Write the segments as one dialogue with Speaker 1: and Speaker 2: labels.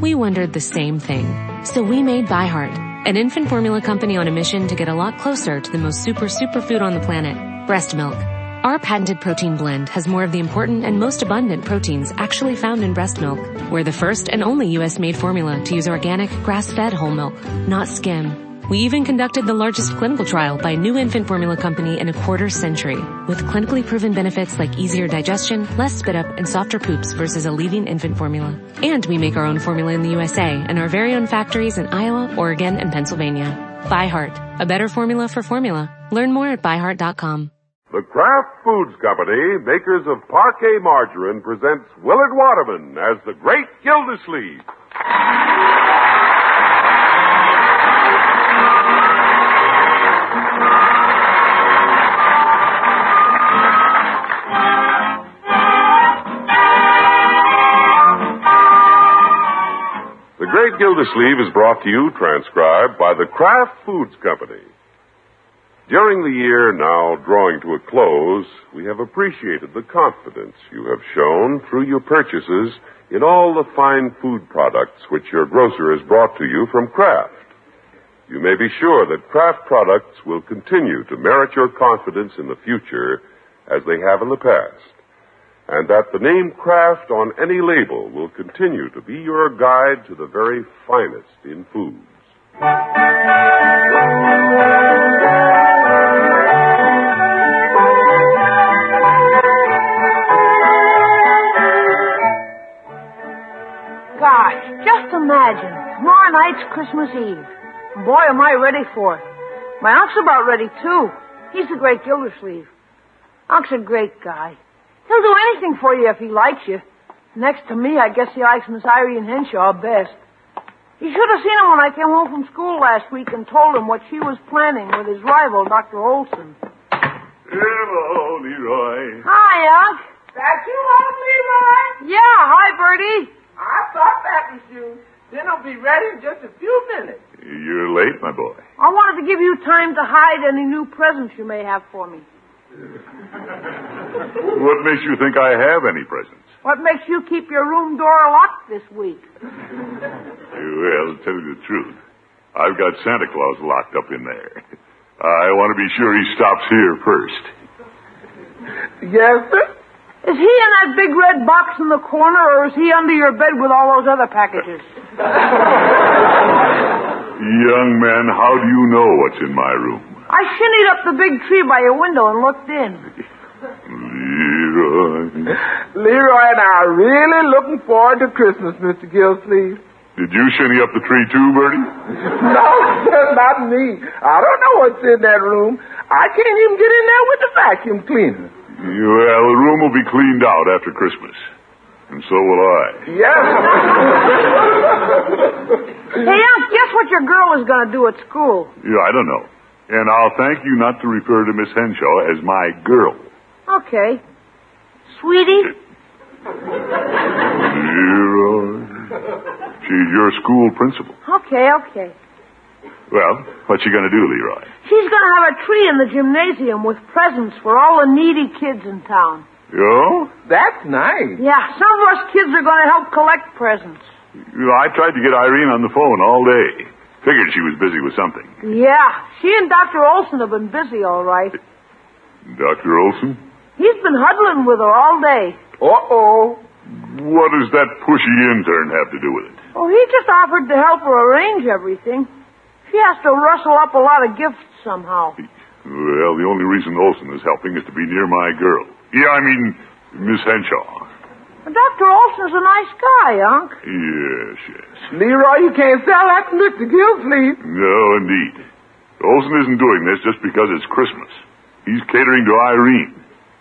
Speaker 1: We wondered the same thing. So we made ByHeart, an infant formula company on a mission to get a lot closer to the most super superfood on the planet, breast milk. Our patented protein blend has more of the important and most abundant proteins actually found in breast milk. We're the first and only US made formula to use organic, grass-fed whole milk, not skim. We even conducted the largest clinical trial by a new infant formula company in a quarter century, with clinically proven benefits like easier digestion, less spit up, and softer poops versus a leading infant formula. And we make our own formula in the USA and our very own factories in Iowa, Oregon, and Pennsylvania. ByHeart, a better formula for formula. Learn more at byheart.com.
Speaker 2: The Kraft Foods Company, makers of parquet margarine, presents Willard Waterman as the Great Gildersleeve. The Great Gildersleeve is brought to you, transcribed by the Kraft Foods Company. During the year now drawing to a close, we have appreciated the confidence you have shown through your purchases in all the fine food products which your grocer has brought to you from Kraft. You may be sure that Kraft products will continue to merit your confidence in the future as they have in the past, and that the name Kraft on any label will continue to be your guide to the very finest in foods.
Speaker 3: Gosh, just imagine. Tomorrow night's Christmas Eve. Boy, am I ready for it. My uncle's about ready, too. He's the great Gildersleeve. Uncle's a great guy. He'll do anything for you if he likes you. Next to me, I guess he likes Miss Irene Henshaw best. You should have seen him when I came home from school last week and told him what she was planning with his rival, Dr. Olson.
Speaker 2: Hello, Leroy.
Speaker 3: Hi, Unc.
Speaker 4: That you home, Leroy?
Speaker 3: Yeah, hi, Bertie.
Speaker 4: I thought that was you. Dinner'll be ready in just a few minutes.
Speaker 2: You're late, my boy.
Speaker 3: I wanted to give you time to hide any new presents you may have for me.
Speaker 2: What makes you think I have any presents?
Speaker 3: What makes you keep your room door locked this week?
Speaker 2: Well, tell you the truth. I've got Santa Claus locked up in there. I want to be sure he stops here first.
Speaker 4: Yes, sir.
Speaker 3: Is he in that big red box in the corner, or is he under your bed with all those other packages?
Speaker 2: Young man, how do you know what's in my room?
Speaker 3: I shinnied up the big tree by your window and looked in.
Speaker 2: Leroy.
Speaker 4: Leroy and I are really looking forward to Christmas, Mr. Gillsleeve.
Speaker 2: Did you shinny up the tree too, Bertie?
Speaker 4: No, sir, not me. I don't know what's in that room. I can't even get in there with the vacuum cleaner.
Speaker 2: Well, the room will be cleaned out after Christmas. And so will I.
Speaker 4: Yes,
Speaker 3: Hey, Unc, guess what your girl is going to do at school?
Speaker 2: Yeah, I don't know. And I'll thank you not to refer to Miss Henshaw as my girl.
Speaker 3: Okay. Sweetie?
Speaker 2: Leroy. She's your school principal.
Speaker 3: Okay, okay.
Speaker 2: Well, what's she going to do, Leroy?
Speaker 3: She's going to have a tree in the gymnasium with presents for all the needy kids in town.
Speaker 2: Oh?
Speaker 4: that's nice.
Speaker 3: Yeah, some of us kids are going to help collect presents.
Speaker 2: You know, I tried to get Irene on the phone all day. Figured she was busy with something.
Speaker 3: Yeah, she and Dr. Olson have been busy, all right.
Speaker 2: Dr. Olson?
Speaker 3: He's been huddling with her all day. Oh.
Speaker 4: Uh-oh.
Speaker 2: What does that pushy intern have to do with it?
Speaker 3: Oh, he just offered to help her arrange everything. She has to rustle up a lot of gifts somehow.
Speaker 5: Well, the only reason Olson is helping is to be near my girl. Yeah, I mean, Miss Henshaw.
Speaker 3: Dr. Olson's a nice guy, Unc.
Speaker 5: Yes, yes.
Speaker 4: Leroy, you can't sell that to Mr. Gilfleet.
Speaker 5: No, indeed. Olson isn't doing this just because it's Christmas. He's catering to Irene,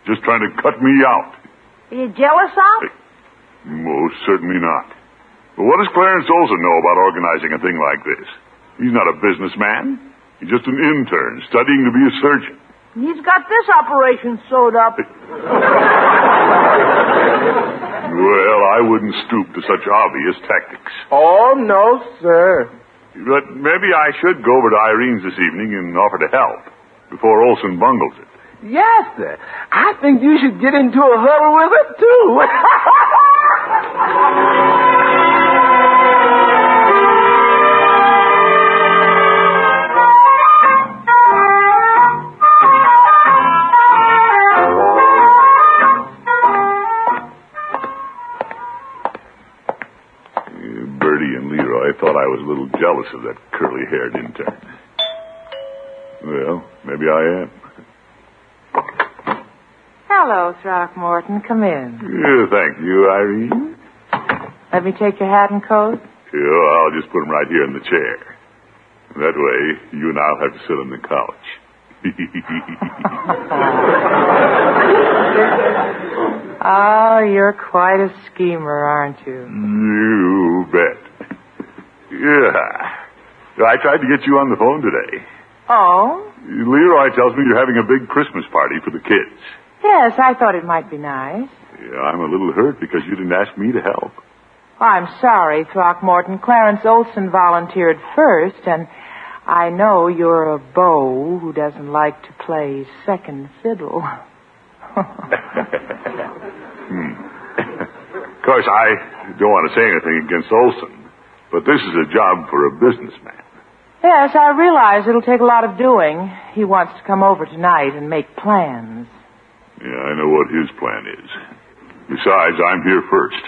Speaker 5: just trying to cut me out.
Speaker 3: Are you jealous, Unc?
Speaker 5: Most certainly not. But what does Clarence Olson know about organizing a thing like this? He's not a businessman. He's just an intern studying to be a surgeon.
Speaker 3: He's got this operation sewed up.
Speaker 5: Well, I wouldn't stoop to such obvious tactics.
Speaker 4: Oh, no, sir.
Speaker 5: But maybe I should go over to Irene's this evening and offer to help before Olson bungles it.
Speaker 4: Yes, sir. I think you should get into a huddle with it, too.
Speaker 5: Uh, Bertie and Leroy thought I was a little jealous of that curly haired intern. Well, maybe I am.
Speaker 6: Hello, Throckmorton. Come in.
Speaker 5: Yeah, thank you, Irene.
Speaker 6: Let me take your hat and coat.
Speaker 5: Yeah, I'll just put him right here in the chair. That way, you and I'll have to sit on the couch.
Speaker 6: Oh, you're quite a schemer, aren't you?
Speaker 5: you bet. Yeah. I tried to get you on the phone today.
Speaker 6: Oh?
Speaker 5: Leroy tells me you're having a big Christmas party for the kids.
Speaker 6: Yes, I thought it might be nice.
Speaker 5: Yeah, I'm a little hurt because you didn't ask me to help.
Speaker 6: I'm sorry, Throckmorton. Clarence Olson volunteered first, and I know you're a beau who doesn't like to play second fiddle.
Speaker 5: Hmm. Of course, I don't want to say anything against Olson, but this is a job for a businessman.
Speaker 6: Yes, I realize it'll take a lot of doing. He wants to come over tonight and make plans.
Speaker 5: Yeah, I know what his plan is. Besides, I'm here first.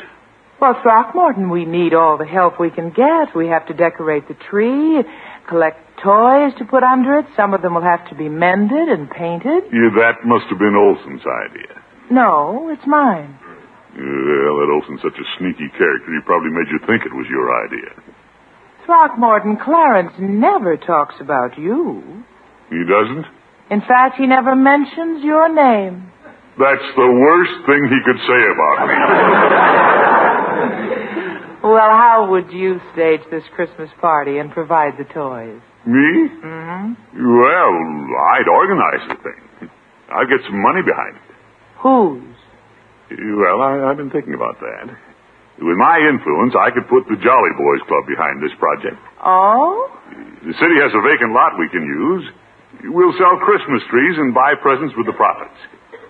Speaker 6: Well, Throckmorton, we need all the help we can get. We have to decorate the tree, collect toys to put under it. Some of them will have to be mended and painted.
Speaker 5: Yeah, that must have been Olson's idea.
Speaker 6: No, it's mine.
Speaker 5: Well, that Olson's such a sneaky character, he probably made you think it was your idea.
Speaker 6: Throckmorton, Clarence never talks about you.
Speaker 5: He doesn't?
Speaker 6: In fact, he never mentions your name.
Speaker 5: That's the worst thing he could say about me.
Speaker 6: Well, how would you stage this Christmas party and provide the toys?
Speaker 5: Me? Mm-hmm. Well, I'd organize the thing. I'd get some money behind it.
Speaker 6: Whose?
Speaker 5: Well, I, I've been thinking about that. With my influence, I could put the Jolly Boys Club behind this project.
Speaker 6: Oh?
Speaker 5: The city has a vacant lot we can use. We'll sell Christmas trees and buy presents with the profits.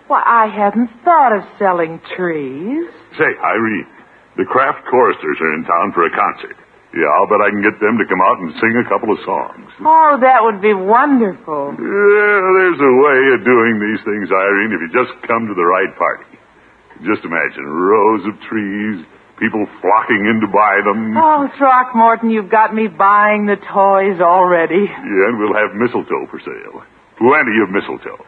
Speaker 6: Why, I hadn't thought of selling trees.
Speaker 5: Say, Irene, the Kraft choristers are in town for a concert. Yeah, I'll bet I can get them to come out and sing a couple of songs.
Speaker 6: Oh, that would be wonderful.
Speaker 5: Yeah, there's a way of doing these things, Irene, if you just come to the right party. Just imagine rows of trees, people flocking in to buy them.
Speaker 6: Oh, Throckmorton, you've got me buying the toys already.
Speaker 5: Yeah, and we'll have mistletoe for sale. Plenty of mistletoe.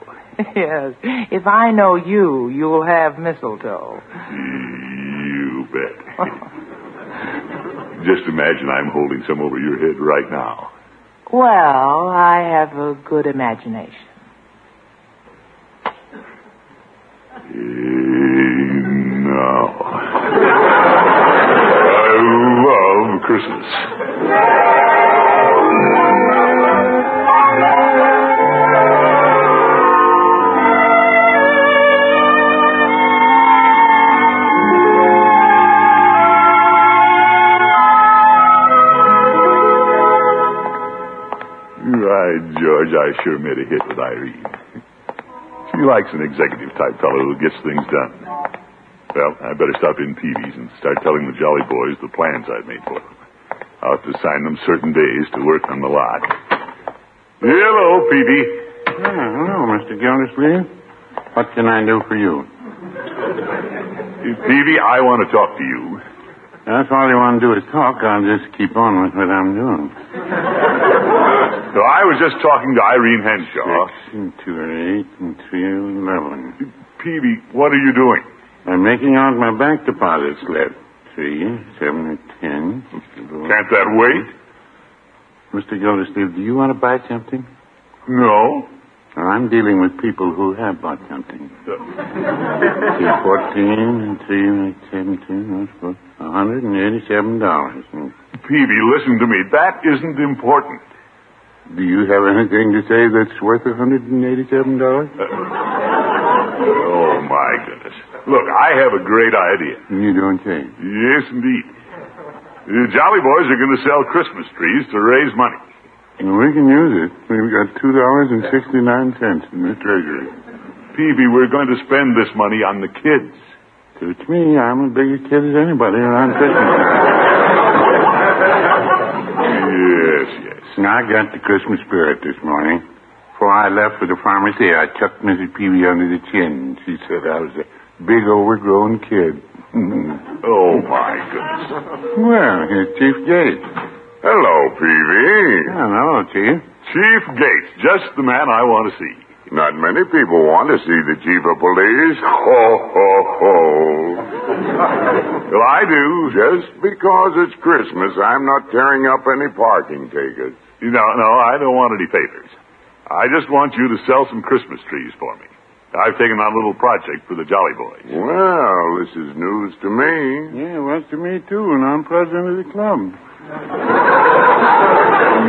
Speaker 6: yes. If I know you, you will have mistletoe.
Speaker 5: You bet. Just imagine I'm holding some over your head right now.
Speaker 6: Well, I have a good imagination.
Speaker 5: Eh, now. I love Christmas. Right, George, I sure made a hit with Irene. She likes an executive type fellow who gets things done. Well, I better stop in Peavy's and start telling the Jolly Boys the plans I've made for them. I'll have to sign them certain days to work on the lot. Hello, Peavy.
Speaker 7: Hello, Mr. Gildersleeve. What can I do for you?
Speaker 5: Peavy, I want to talk to you.
Speaker 7: Now, If all you want to do is talk, I'll just keep on with what I'm doing.
Speaker 5: No, I was just talking to Irene Henshaw.
Speaker 7: Six and two are eight and three are eleven.
Speaker 5: Peavy, what are you doing?
Speaker 7: I'm making out my bank deposit slip. Three, seven, and ten.
Speaker 5: Can't that wait?
Speaker 7: Mr. Gildersleeve, do you want to buy something?
Speaker 5: No.
Speaker 7: Well, I'm dealing with people who have bought something. Three fourteen and three and seventeen. That's about one hundred and eighty-seven dollars.
Speaker 5: Peavy, listen to me. That isn't important.
Speaker 7: Do you have anything to say that's worth a hundred and eighty-seven dollars?
Speaker 5: Uh, Oh, my goodness. Look, I have a great idea.
Speaker 7: You don't say.
Speaker 5: Yes, indeed. The Jolly Boys are going to sell Christmas trees to raise money.
Speaker 7: And we can use it. We've got two dollars and sixty-nine cents in the treasury.
Speaker 5: Peavy, we're going to spend this money on the kids.
Speaker 7: Suits me. I'm as big a kid as anybody around Christmas time.
Speaker 5: Yes, yes.
Speaker 7: And I got the Christmas spirit this morning. Before I left for the pharmacy, I chucked Mrs. Peavy under the chin. She said I was a big, overgrown kid.
Speaker 5: Oh, my goodness.
Speaker 7: well, here's Chief Gates.
Speaker 5: Hello, Peavy.
Speaker 7: Hello, Chief.
Speaker 5: Chief Gates, just the man I want to see.
Speaker 2: Not many people want to see the chief of police. Ho, ho, ho. well, I do. Just because it's Christmas, I'm not tearing up any parking tickets.
Speaker 5: No, no, I don't want any favors. I just want you to sell some Christmas trees for me. I've taken on a little project for the Jolly Boys.
Speaker 2: Well, this is news to me.
Speaker 7: Yeah, it was to me, too, and I'm president of the club.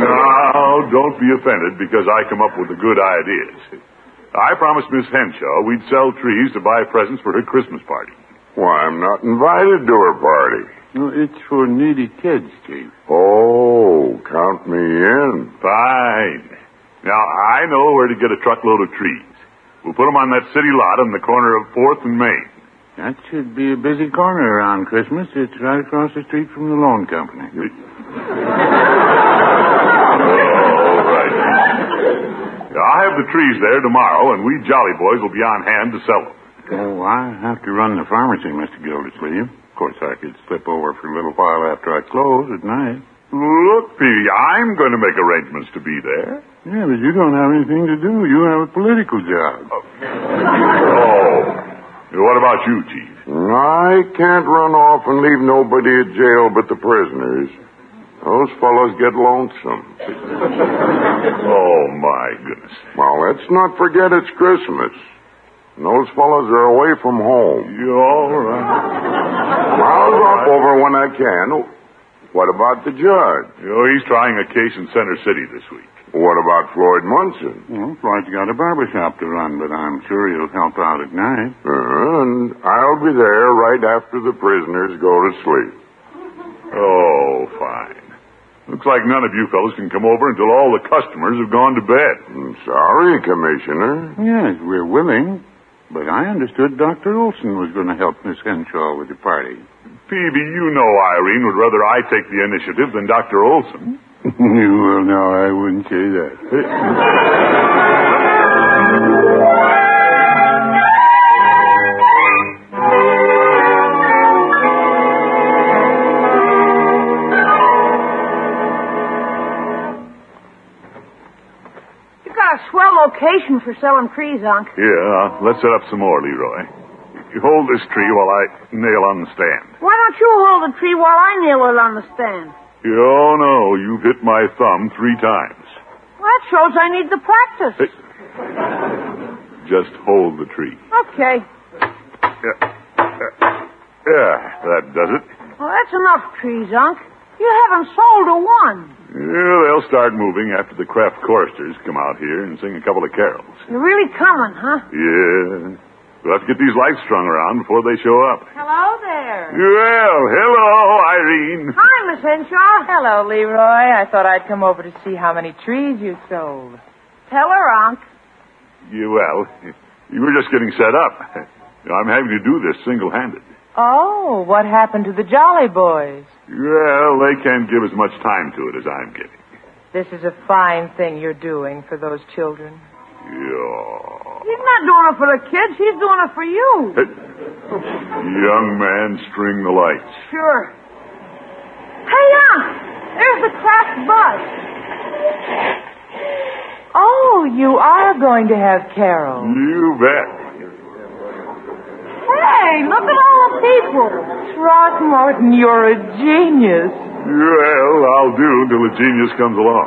Speaker 5: Now, don't be offended because I come up with the good ideas. I promised Miss Henshaw we'd sell trees to buy presents for her Christmas party.
Speaker 2: Why, I'm not invited to her party.
Speaker 7: No, it's for needy kids, Chief.
Speaker 2: Oh, count me in.
Speaker 5: Fine. Now, I know where to get a truckload of trees. We'll put them on that city lot on the corner of 4th and Main.
Speaker 7: That should be a busy corner around Christmas. It's right across the street from the loan company.
Speaker 5: All right. I'll have the trees there tomorrow, and we Jolly Boys will be on hand to sell them.
Speaker 7: Oh, I have to run the pharmacy, Mr. Gildersleeve. Of course, I could slip over for a little while after I close at night.
Speaker 5: Look, Peavy, I'm going to make arrangements to be there.
Speaker 7: Yeah, but you don't have anything to do. You have a political job.
Speaker 5: Oh. What about you, Chief?
Speaker 2: I can't run off and leave nobody at jail but the prisoners. Those fellows get lonesome.
Speaker 5: Oh, my goodness.
Speaker 2: Well, let's not forget it's Christmas. And those fellows are away from home.
Speaker 5: You all right?
Speaker 2: I'll drop over when I can. What about the judge?
Speaker 5: You know, he's trying a case in Center City this week.
Speaker 2: What about Floyd Munson?
Speaker 7: Well, Floyd's got a barber shop to run, but I'm sure he'll help out at night.
Speaker 2: Uh, and I'll be there right after the prisoners go to sleep.
Speaker 5: Oh, fine. Looks like none of you fellows can come over until all the customers have gone to bed.
Speaker 2: I'm sorry, Commissioner.
Speaker 7: Yes, we're willing. But I understood Dr. Olson was going to help Miss Henshaw with the party.
Speaker 5: Peavy, you know Irene would rather I take the initiative than Dr. Olson.
Speaker 7: well, no, I wouldn't say that.
Speaker 5: Eh,
Speaker 3: You got a swell location for selling trees, Unc.
Speaker 5: Yeah, let's set up some more, Leroy. You hold this tree while I nail on the stand.
Speaker 3: Why don't you hold the tree while I nail it on the stand?
Speaker 5: Oh, no, you've hit my thumb three times.
Speaker 3: Well, that shows I need to practice.
Speaker 5: Hey. Just hold the tree.
Speaker 3: Okay.
Speaker 5: Yeah, yeah that does it.
Speaker 3: Well, that's enough trees, Unc. You haven't sold a one.
Speaker 5: Yeah, they'll start moving after the craft choristers come out here and sing a couple of carols.
Speaker 3: You're really coming, huh?
Speaker 5: Yeah. We'll have to get these lights strung around before they show up.
Speaker 6: Hello there.
Speaker 5: Well, hello, Irene.
Speaker 3: Hi, Miss Henshaw.
Speaker 6: Hello, Leroy. I thought I'd come over to see how many trees you sold.
Speaker 3: Tell her, Unc.
Speaker 5: You, well, you were just getting set up. I'm having to do this single-handed.
Speaker 6: Oh, what happened to the Jolly Boys?
Speaker 5: Well, they can't give as much time to it as I'm getting.
Speaker 6: This is a fine thing you're doing for those children.
Speaker 5: Yeah.
Speaker 3: He's not doing it for the kids. He's doing it for you.
Speaker 5: Young man, string the lights.
Speaker 3: Sure. Hey, Unc. There's the craft bus.
Speaker 8: Oh, you are going to have Carol.
Speaker 5: You bet.
Speaker 3: Hey, look at all the people.
Speaker 8: Throckmorton, you're a genius.
Speaker 5: Well, I'll do till the genius comes along.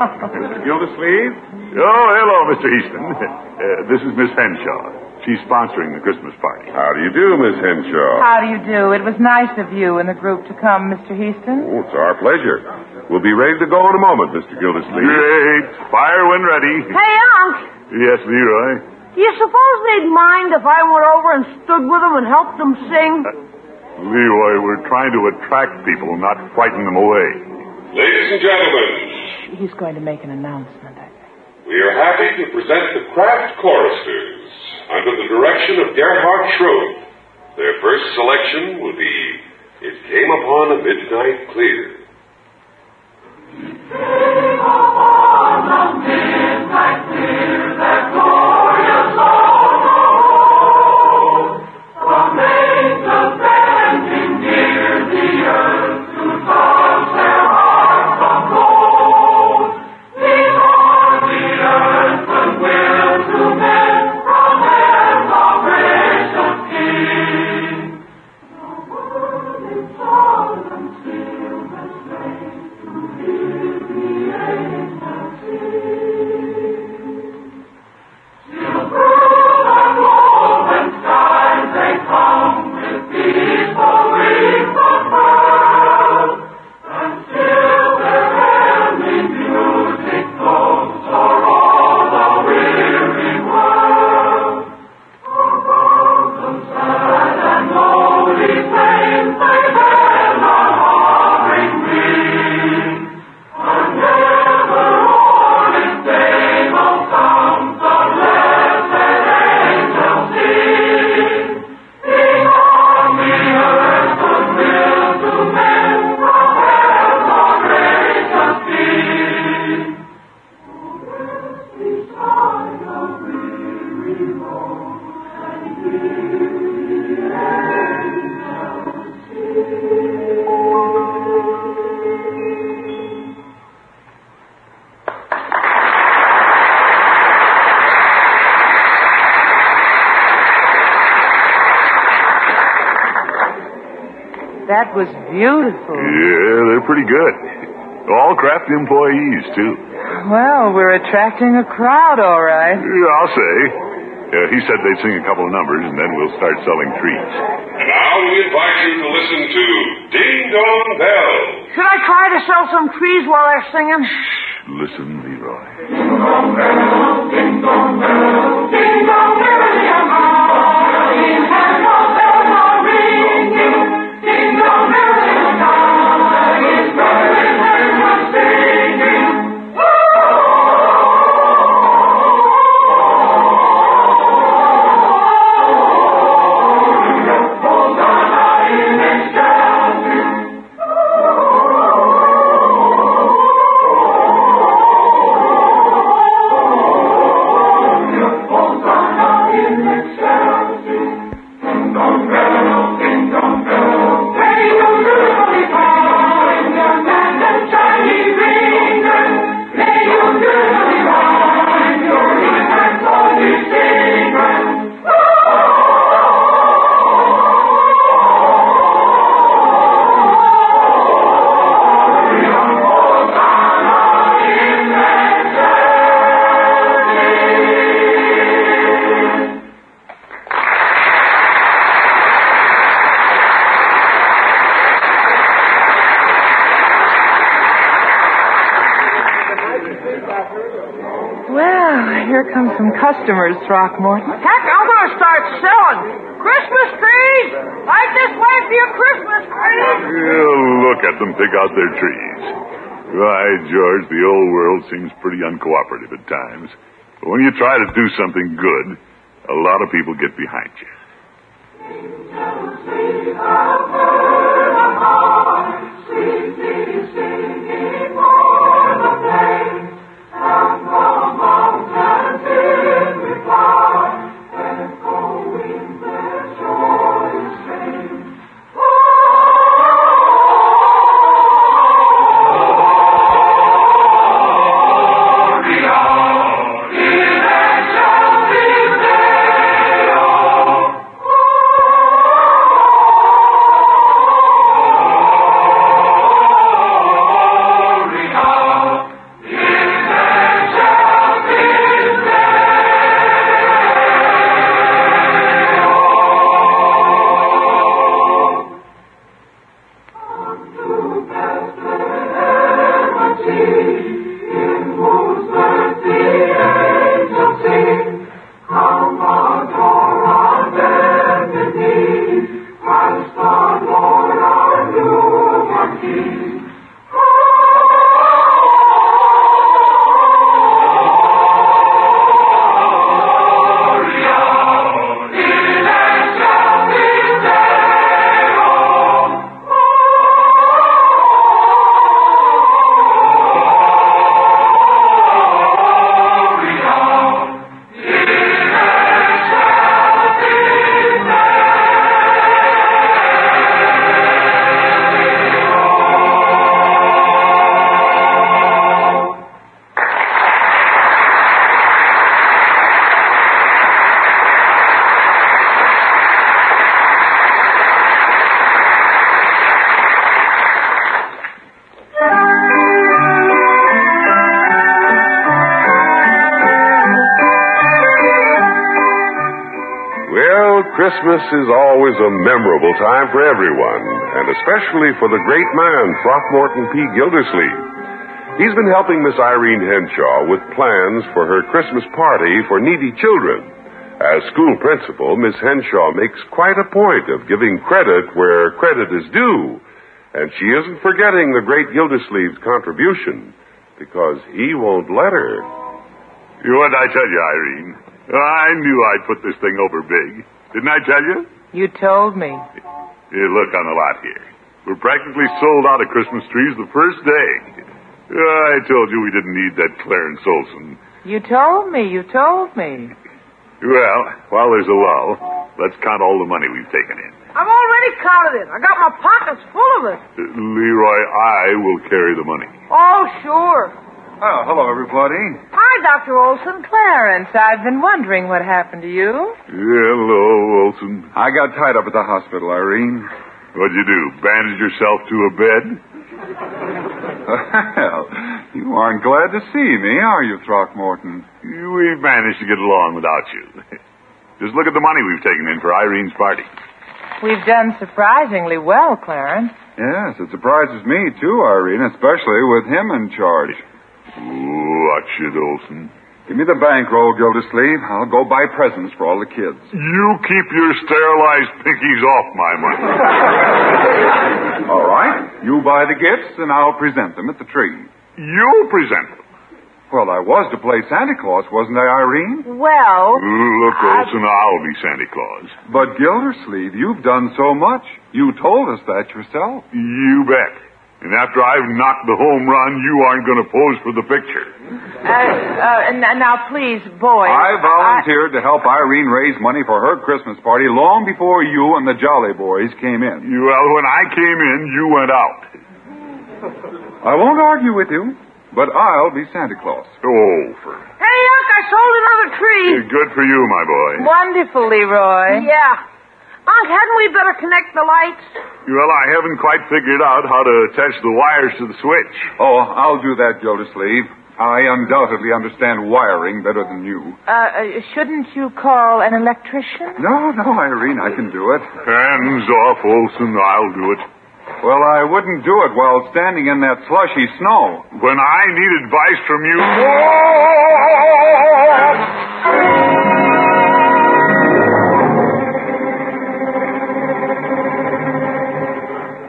Speaker 2: Gildersleeve?
Speaker 5: oh, hello, Mr. Easton. Uh, this is Miss Henshaw. She's sponsoring the Christmas party.
Speaker 2: How do you do, Miss Henshaw?
Speaker 8: How do you do? It was nice of you and the group to come, Mr. Heaston.
Speaker 2: Oh, it's our pleasure. We'll be ready to go in a moment, Mr. Gildersleeve.
Speaker 5: Great. Fire when ready.
Speaker 3: Hey, Unc,
Speaker 5: Yes, Leroy.
Speaker 3: do you suppose they'd mind if I went over and stood with them and helped them sing?
Speaker 5: Leroy, we're trying to attract people, not frighten them away.
Speaker 2: Ladies and gentlemen,
Speaker 8: He's going to make an announcement, I think.
Speaker 2: We are happy to present the Kraft Choristers under the direction of Gerhard Schrode. Their first selection will be It Came Upon a Midnight Clear.
Speaker 8: That was beautiful.
Speaker 5: Yeah, they're pretty good. All craft employees, too.
Speaker 8: Well, we're attracting a crowd, all right.
Speaker 5: Yeah, I'll say. Uh, he said they'd sing a couple of numbers, and then we'll start selling treats.
Speaker 2: And now we invite you to listen to Ding Dong Bell.
Speaker 3: Should I try to sell some trees while they're singing?
Speaker 5: Listen, Leroy.
Speaker 8: Well, here come some customers, Throckmorton.
Speaker 3: Heck, I'm going to start selling. Christmas trees! Right this way for your Christmas trees!
Speaker 5: Yeah, look at them pick out their trees. Why, George, the old world seems pretty uncooperative at times. But when you try to do something good, a lot of people get behind you.
Speaker 2: Ding Well, Christmas is always a memorable time for everyone, and especially for the great man, Throckmorton P. Gildersleeve. He's been helping Miss Irene Henshaw with plans for her Christmas party for needy children. As school principal, Miss Henshaw makes quite a point of giving credit where credit is due, and she isn't forgetting the great Gildersleeve's contribution because he won't let her.
Speaker 5: You what I tell you, Irene? I knew I'd put this thing over big. Didn't I tell you?
Speaker 6: You told me.
Speaker 5: Here, look on the lot here. We're practically sold out of Christmas trees the first day. I told you we didn't need that Clarence Olson.
Speaker 6: You told me. You told me.
Speaker 5: Well, while there's a lull, let's count all the money we've taken in.
Speaker 3: I've already counted it. I got my pockets full of it.
Speaker 5: Uh, Leroy, I will carry the money.
Speaker 3: Oh, sure.
Speaker 9: Oh, hello, everybody.
Speaker 3: Hi, Dr. Olson.
Speaker 6: Clarence, I've been wondering what happened to you.
Speaker 5: Hello, Olson.
Speaker 9: I got tied up at the hospital, Irene.
Speaker 5: What'd you do? Bandage yourself to a bed?
Speaker 9: Well, you aren't glad to see me, are you, Throckmorton?
Speaker 5: We've managed to get along without you. Just look at the money we've taken in for Irene's party.
Speaker 6: We've done surprisingly well, Clarence.
Speaker 9: Yes, it surprises me, too, Irene, especially with him in charge.
Speaker 5: Watch it, Olson.
Speaker 9: Give me the bankroll, Gildersleeve. I'll go buy presents for all the kids.
Speaker 5: You keep your sterilized pinkies off my money.
Speaker 9: All right. You buy the gifts, and I'll present them at the tree.
Speaker 5: You'll present them.
Speaker 9: Well, I was to play Santa Claus, wasn't I, Irene?
Speaker 6: Well,
Speaker 9: Mm,
Speaker 5: Look,
Speaker 9: oh,
Speaker 3: Uh,
Speaker 5: Olson, I'll be Santa Claus.
Speaker 9: But, Gildersleeve, you've done so much. You told us that yourself.
Speaker 5: You bet. And after I've knocked the home run, you aren't going to pose for the picture.
Speaker 6: uh, uh, n- now please, boys.
Speaker 9: I volunteered to help Irene raise money for her Christmas party long before you and the Jolly Boys came in.
Speaker 5: Well, when I came in, you went out.
Speaker 9: I won't argue with you, but I'll be Santa Claus.
Speaker 5: Oh, for
Speaker 3: Hey, look, I sold another tree.
Speaker 5: good for you, my boy.
Speaker 6: Wonderful, Leroy.
Speaker 3: Yeah. Unc, hadn't we better connect the lights?
Speaker 5: Well, I haven't quite figured out how to attach the wires to the switch.
Speaker 9: Oh, I'll do that, Gildersleeve. I undoubtedly understand wiring better than you.
Speaker 6: Uh, uh, shouldn't you call an electrician?
Speaker 9: No, no, Irene, I can do it.
Speaker 5: Hands off, Olson. I'll do it.
Speaker 9: Well, I wouldn't do it while standing in that slushy snow.
Speaker 5: When I need advice from you.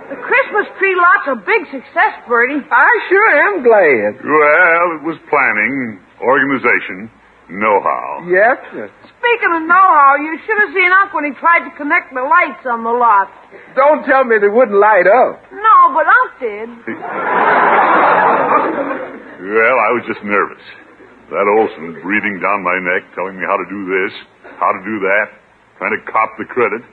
Speaker 3: The Christmas tree lot's a big success, Bertie.
Speaker 4: I sure am glad.
Speaker 5: Well, it was planning, organization, know-how.
Speaker 4: Yes, sir.
Speaker 3: Speaking of know-how, you should have seen Unc when he tried to connect the lights on the lot.
Speaker 4: Don't tell me they wouldn't light up.
Speaker 3: No, but Unc did.
Speaker 5: Well, I was just nervous. That Olson breathing down my neck, telling me how to do this, how to do that, trying to cop the credit.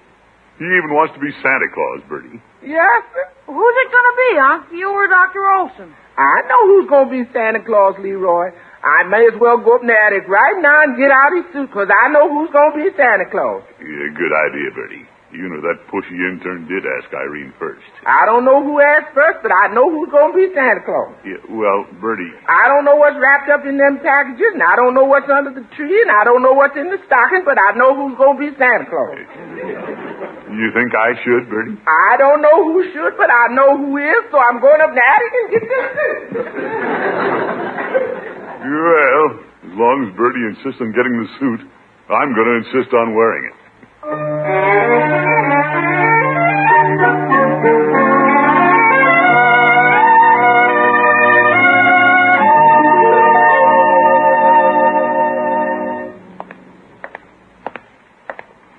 Speaker 5: He even wants to be Santa Claus, Bertie.
Speaker 4: Yes, sir.
Speaker 3: Who's it going to be, Unc? You or Dr. Olson?
Speaker 4: I know who's going to be Santa Claus, Leroy. I may as well go up in the attic right now and get out his suit, because I know who's going to be Santa Claus.
Speaker 5: Yeah, good idea, Bertie. Even if that pushy intern did ask Irene first.
Speaker 4: I don't know who asked first, but I know who's going to be Santa Claus.
Speaker 5: Yeah, well, Bertie,
Speaker 4: I don't know what's wrapped up in them packages, and I don't know what's under the tree, and I don't know what's in the stocking, but I know who's going to be Santa Claus.
Speaker 5: you think I should, Bertie?
Speaker 4: I don't know who should, but I know who is, so I'm going up in the attic and get this suit.
Speaker 5: Well, as long as Bertie insists on getting the suit, I'm going to insist on wearing it.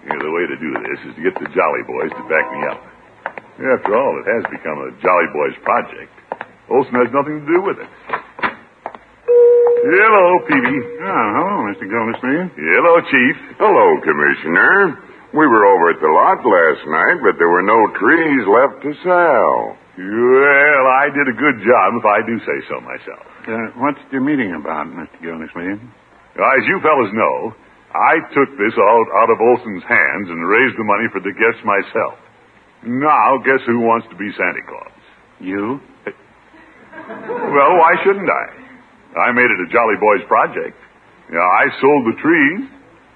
Speaker 5: Yeah, the way to do this is to get the Jolly Boys to back me up. After all, it has become a Jolly Boys project. Olson has nothing to do with it. Hello, Ah, Peavy.
Speaker 2: hello, Mr. Gildersleeve.
Speaker 5: Hello, Chief.
Speaker 2: Hello, Commissioner. We were over at the lot last night, but there were no trees left to sell.
Speaker 5: Well, I did a good job, if I do say so myself.
Speaker 7: Uh, what's your meeting about, Mr. Gildersleeve?
Speaker 5: As you fellas know, I took this all out of Olson's hands and raised the money for the guests myself. Now, guess who wants to be Santa Claus?
Speaker 7: You?
Speaker 5: Well, why shouldn't I? I made it a Jolly Boys project. You know, I sold the trees.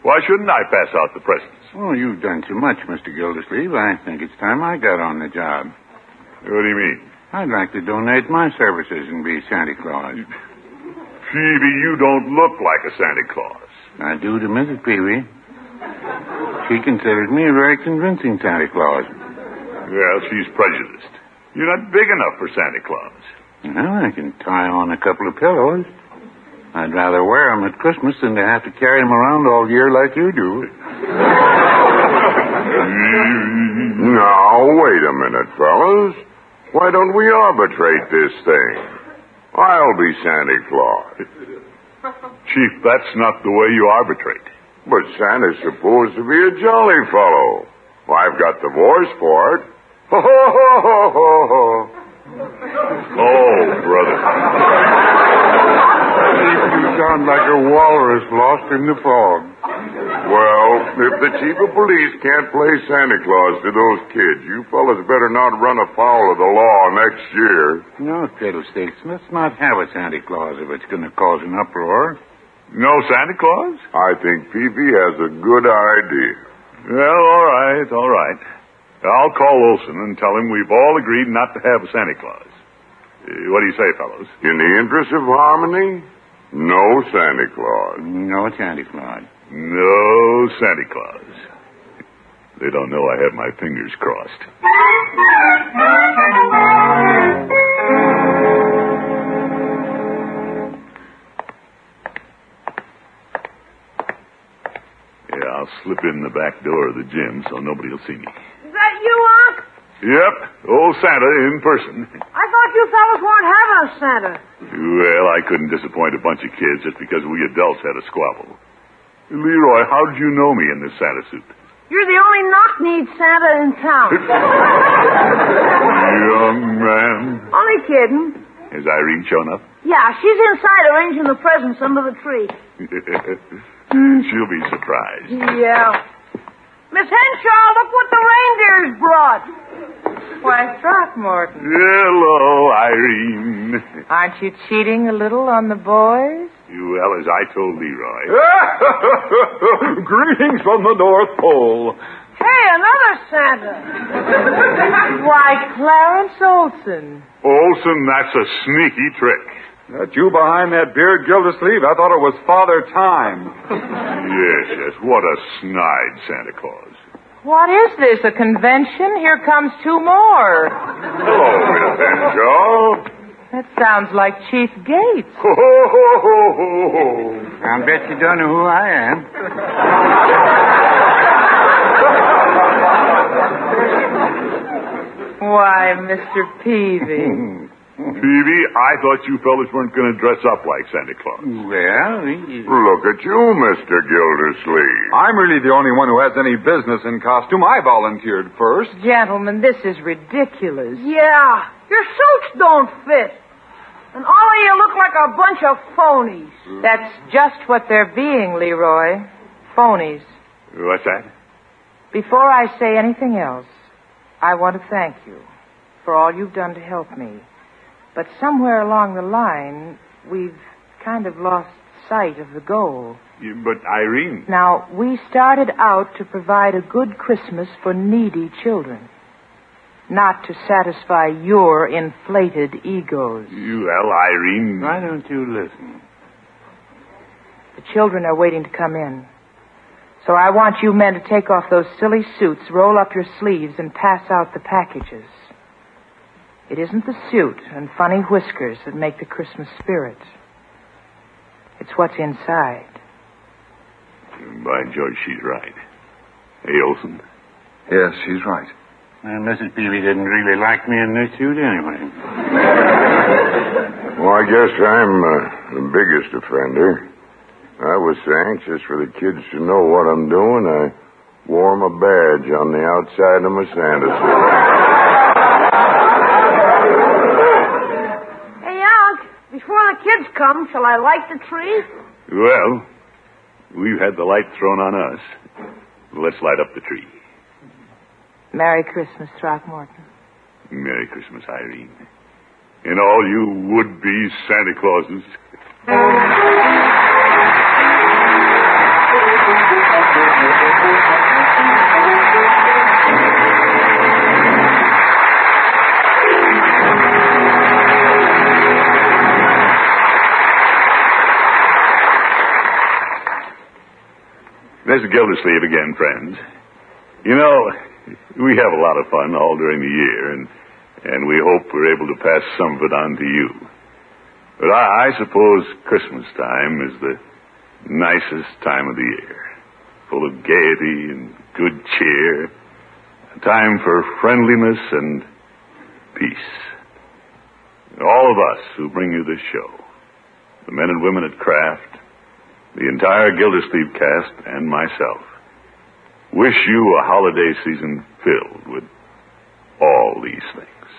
Speaker 5: Why shouldn't I pass out the presents?
Speaker 7: Oh, you've done too much, Mr. Gildersleeve. I think it's time I got on the job.
Speaker 5: What do you mean?
Speaker 7: I'd like to donate my services and be Santa Claus.
Speaker 5: Phoebe, you don't look like a Santa Claus.
Speaker 7: I do to Mrs. Peavy. She considers me a very convincing Santa Claus.
Speaker 5: Well, she's prejudiced. You're not big enough for Santa Claus.
Speaker 7: Well, I can tie on a couple of pillows. I'd rather wear 'em at Christmas than to have to carry 'em around all year like you do.
Speaker 10: Now, wait a minute, fellas. Why don't we arbitrate this thing? I'll be Santa Claus.
Speaker 5: Chief, that's not the way you arbitrate.
Speaker 10: But Santa's supposed to be a jolly fellow. I've got the voice for it. Ho, ho, ho, ho, ho, ho.
Speaker 5: Oh, brother.
Speaker 7: You sound like a walrus lost in the fog.
Speaker 10: Well, if the chief of police can't play Santa Claus to those kids, you fellas better not run afoul of the law next year.
Speaker 7: No, Fiddlesticks, let's not have a Santa Claus if it's going to cause an uproar.
Speaker 5: No Santa Claus?
Speaker 10: I think Peavy has a good idea.
Speaker 5: Well, all right, all right. I'll call Olson and tell him we've all agreed not to have a Santa Claus. Uh, what do you say, fellows?
Speaker 10: In the interest of harmony, no Santa Claus.
Speaker 7: No Santa Claus.
Speaker 5: No Santa Claus. They don't know I have my fingers crossed. Yeah, I'll slip in the back door of the gym so nobody will see me.
Speaker 3: Is that you, Unc?
Speaker 5: Yep, old Santa in person.
Speaker 3: I thought you fellas weren't having a Santa.
Speaker 5: Well, I couldn't disappoint a bunch of kids just because we adults had a squabble. Leroy, how did you know me in this Santa suit?
Speaker 3: You're the only knock-kneed Santa in town.
Speaker 5: Young man.
Speaker 3: only kidding.
Speaker 5: Has Irene shown up?
Speaker 3: Yeah, she's inside arranging the presents under the tree.
Speaker 5: She'll be surprised.
Speaker 3: Yeah. Miss Henshaw, look what the reindeers brought.
Speaker 6: Why, Throckmorton,
Speaker 5: Hello, Irene.
Speaker 6: aren't you cheating a little on the boys?
Speaker 5: Well, as I told Leroy.
Speaker 9: Greetings from the North Pole.
Speaker 3: Hey, another Santa.
Speaker 6: Why, Clarence Olson.
Speaker 5: Olson, that's a sneaky trick.
Speaker 9: That you behind that beard, Gildersleeve? I thought it was Father Time.
Speaker 5: Yes, yes. What a snide Santa Claus.
Speaker 6: What is this, a convention? Here comes two more.
Speaker 5: Hello, Miss Henshaw.
Speaker 6: That sounds like Chief Gates.
Speaker 5: Ho, ho, ho, ho, ho, ho.
Speaker 7: I bet you don't know who I am.
Speaker 6: Why, Mr. Peavy.
Speaker 5: Phoebe, I thought you fellas weren't going to dress up like Santa Claus.
Speaker 7: Well, he-
Speaker 10: Look at you, Mr. Gildersleeve.
Speaker 9: I'm really the only one who has any business in costume. I volunteered first.
Speaker 6: Gentlemen, this is ridiculous.
Speaker 3: Yeah, your suits don't fit. And all of you look like a bunch of phonies.
Speaker 6: That's just what they're being, Leroy. Phonies.
Speaker 5: What's that?
Speaker 6: Before I say anything else, I want to thank you for all you've done to help me. But somewhere along the line, we've kind of lost sight of the goal.
Speaker 5: You- But Irene.
Speaker 6: Now, we started out to provide a good Christmas for needy children, not to satisfy your inflated egos.
Speaker 5: You, well, Irene.
Speaker 7: why don't you listen?
Speaker 6: The children are waiting to come in. So I want you men to take off those silly suits, roll up your sleeves, and pass out the packages. It isn't the suit and funny whiskers that make the Christmas spirit. It's what's inside.
Speaker 5: By George, she's right. Hey, Olson.
Speaker 9: Yes, she's right.
Speaker 7: Well, Mrs. Peavy didn't really like me in this suit anyway.
Speaker 10: Well, I guess I'm uh, the biggest offender. I was so anxious for the kids to know what I'm doing, I wore my badge on the outside of my Santa suit.
Speaker 3: Hey, Unc, before the kids come, shall I light the tree?
Speaker 5: Well, we've had the light thrown on us. Let's light up the tree.
Speaker 6: Merry Christmas, Throckmorton.
Speaker 5: Merry Christmas, Irene. And all you would be Santa Clauses. Mr. Gildersleeve again, friends. You know, we have a lot of fun all during the year, and, and we hope we're able to pass some of it on to you. But I, I suppose Christmas time is the nicest time of the year, full of gaiety and good cheer, a time for friendliness and peace. All of us who bring you this show, the men and women at Kraft, the entire Gildersleeve cast, and myself, wish you a holiday season filled with all these things.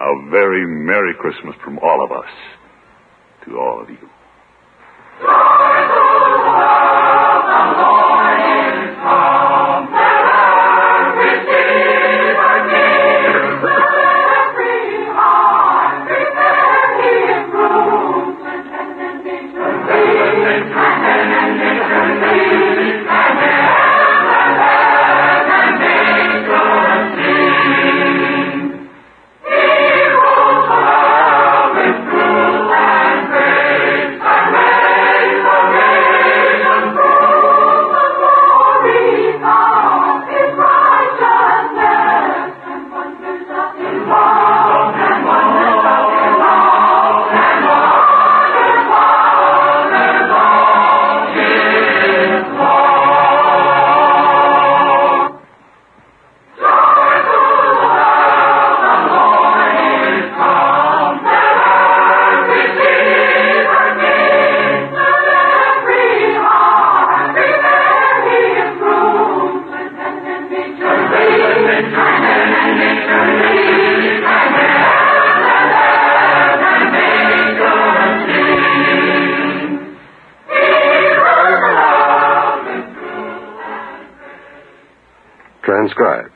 Speaker 5: A very Merry Christmas from all of us to all of you.
Speaker 8: Transcribed.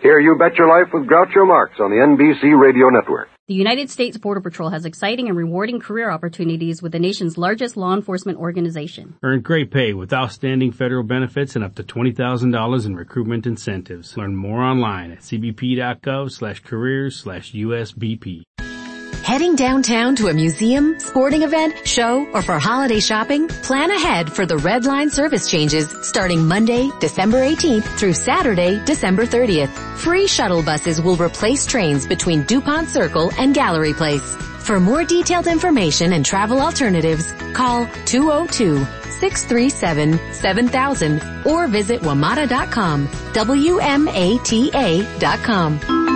Speaker 8: Hear You Bet Your Life with Groucho Marx on the NBC Radio Network.
Speaker 11: The United States Border Patrol has exciting and rewarding career opportunities with the nation's largest law enforcement organization.
Speaker 12: Earn great pay with outstanding federal benefits and up to $20,000 in recruitment incentives. Learn more online at cbp.gov slash careers slash USBP.
Speaker 13: Heading downtown to a museum, sporting event, show, or for holiday shopping? Plan ahead for the Red Line service changes starting Monday, December 18th through Saturday, December 30th. Free shuttle buses will replace trains between DuPont Circle and Gallery Place. For more detailed information and travel alternatives, call 202-637-7000 or visit wamata.com, W-M-A-T-A dot com.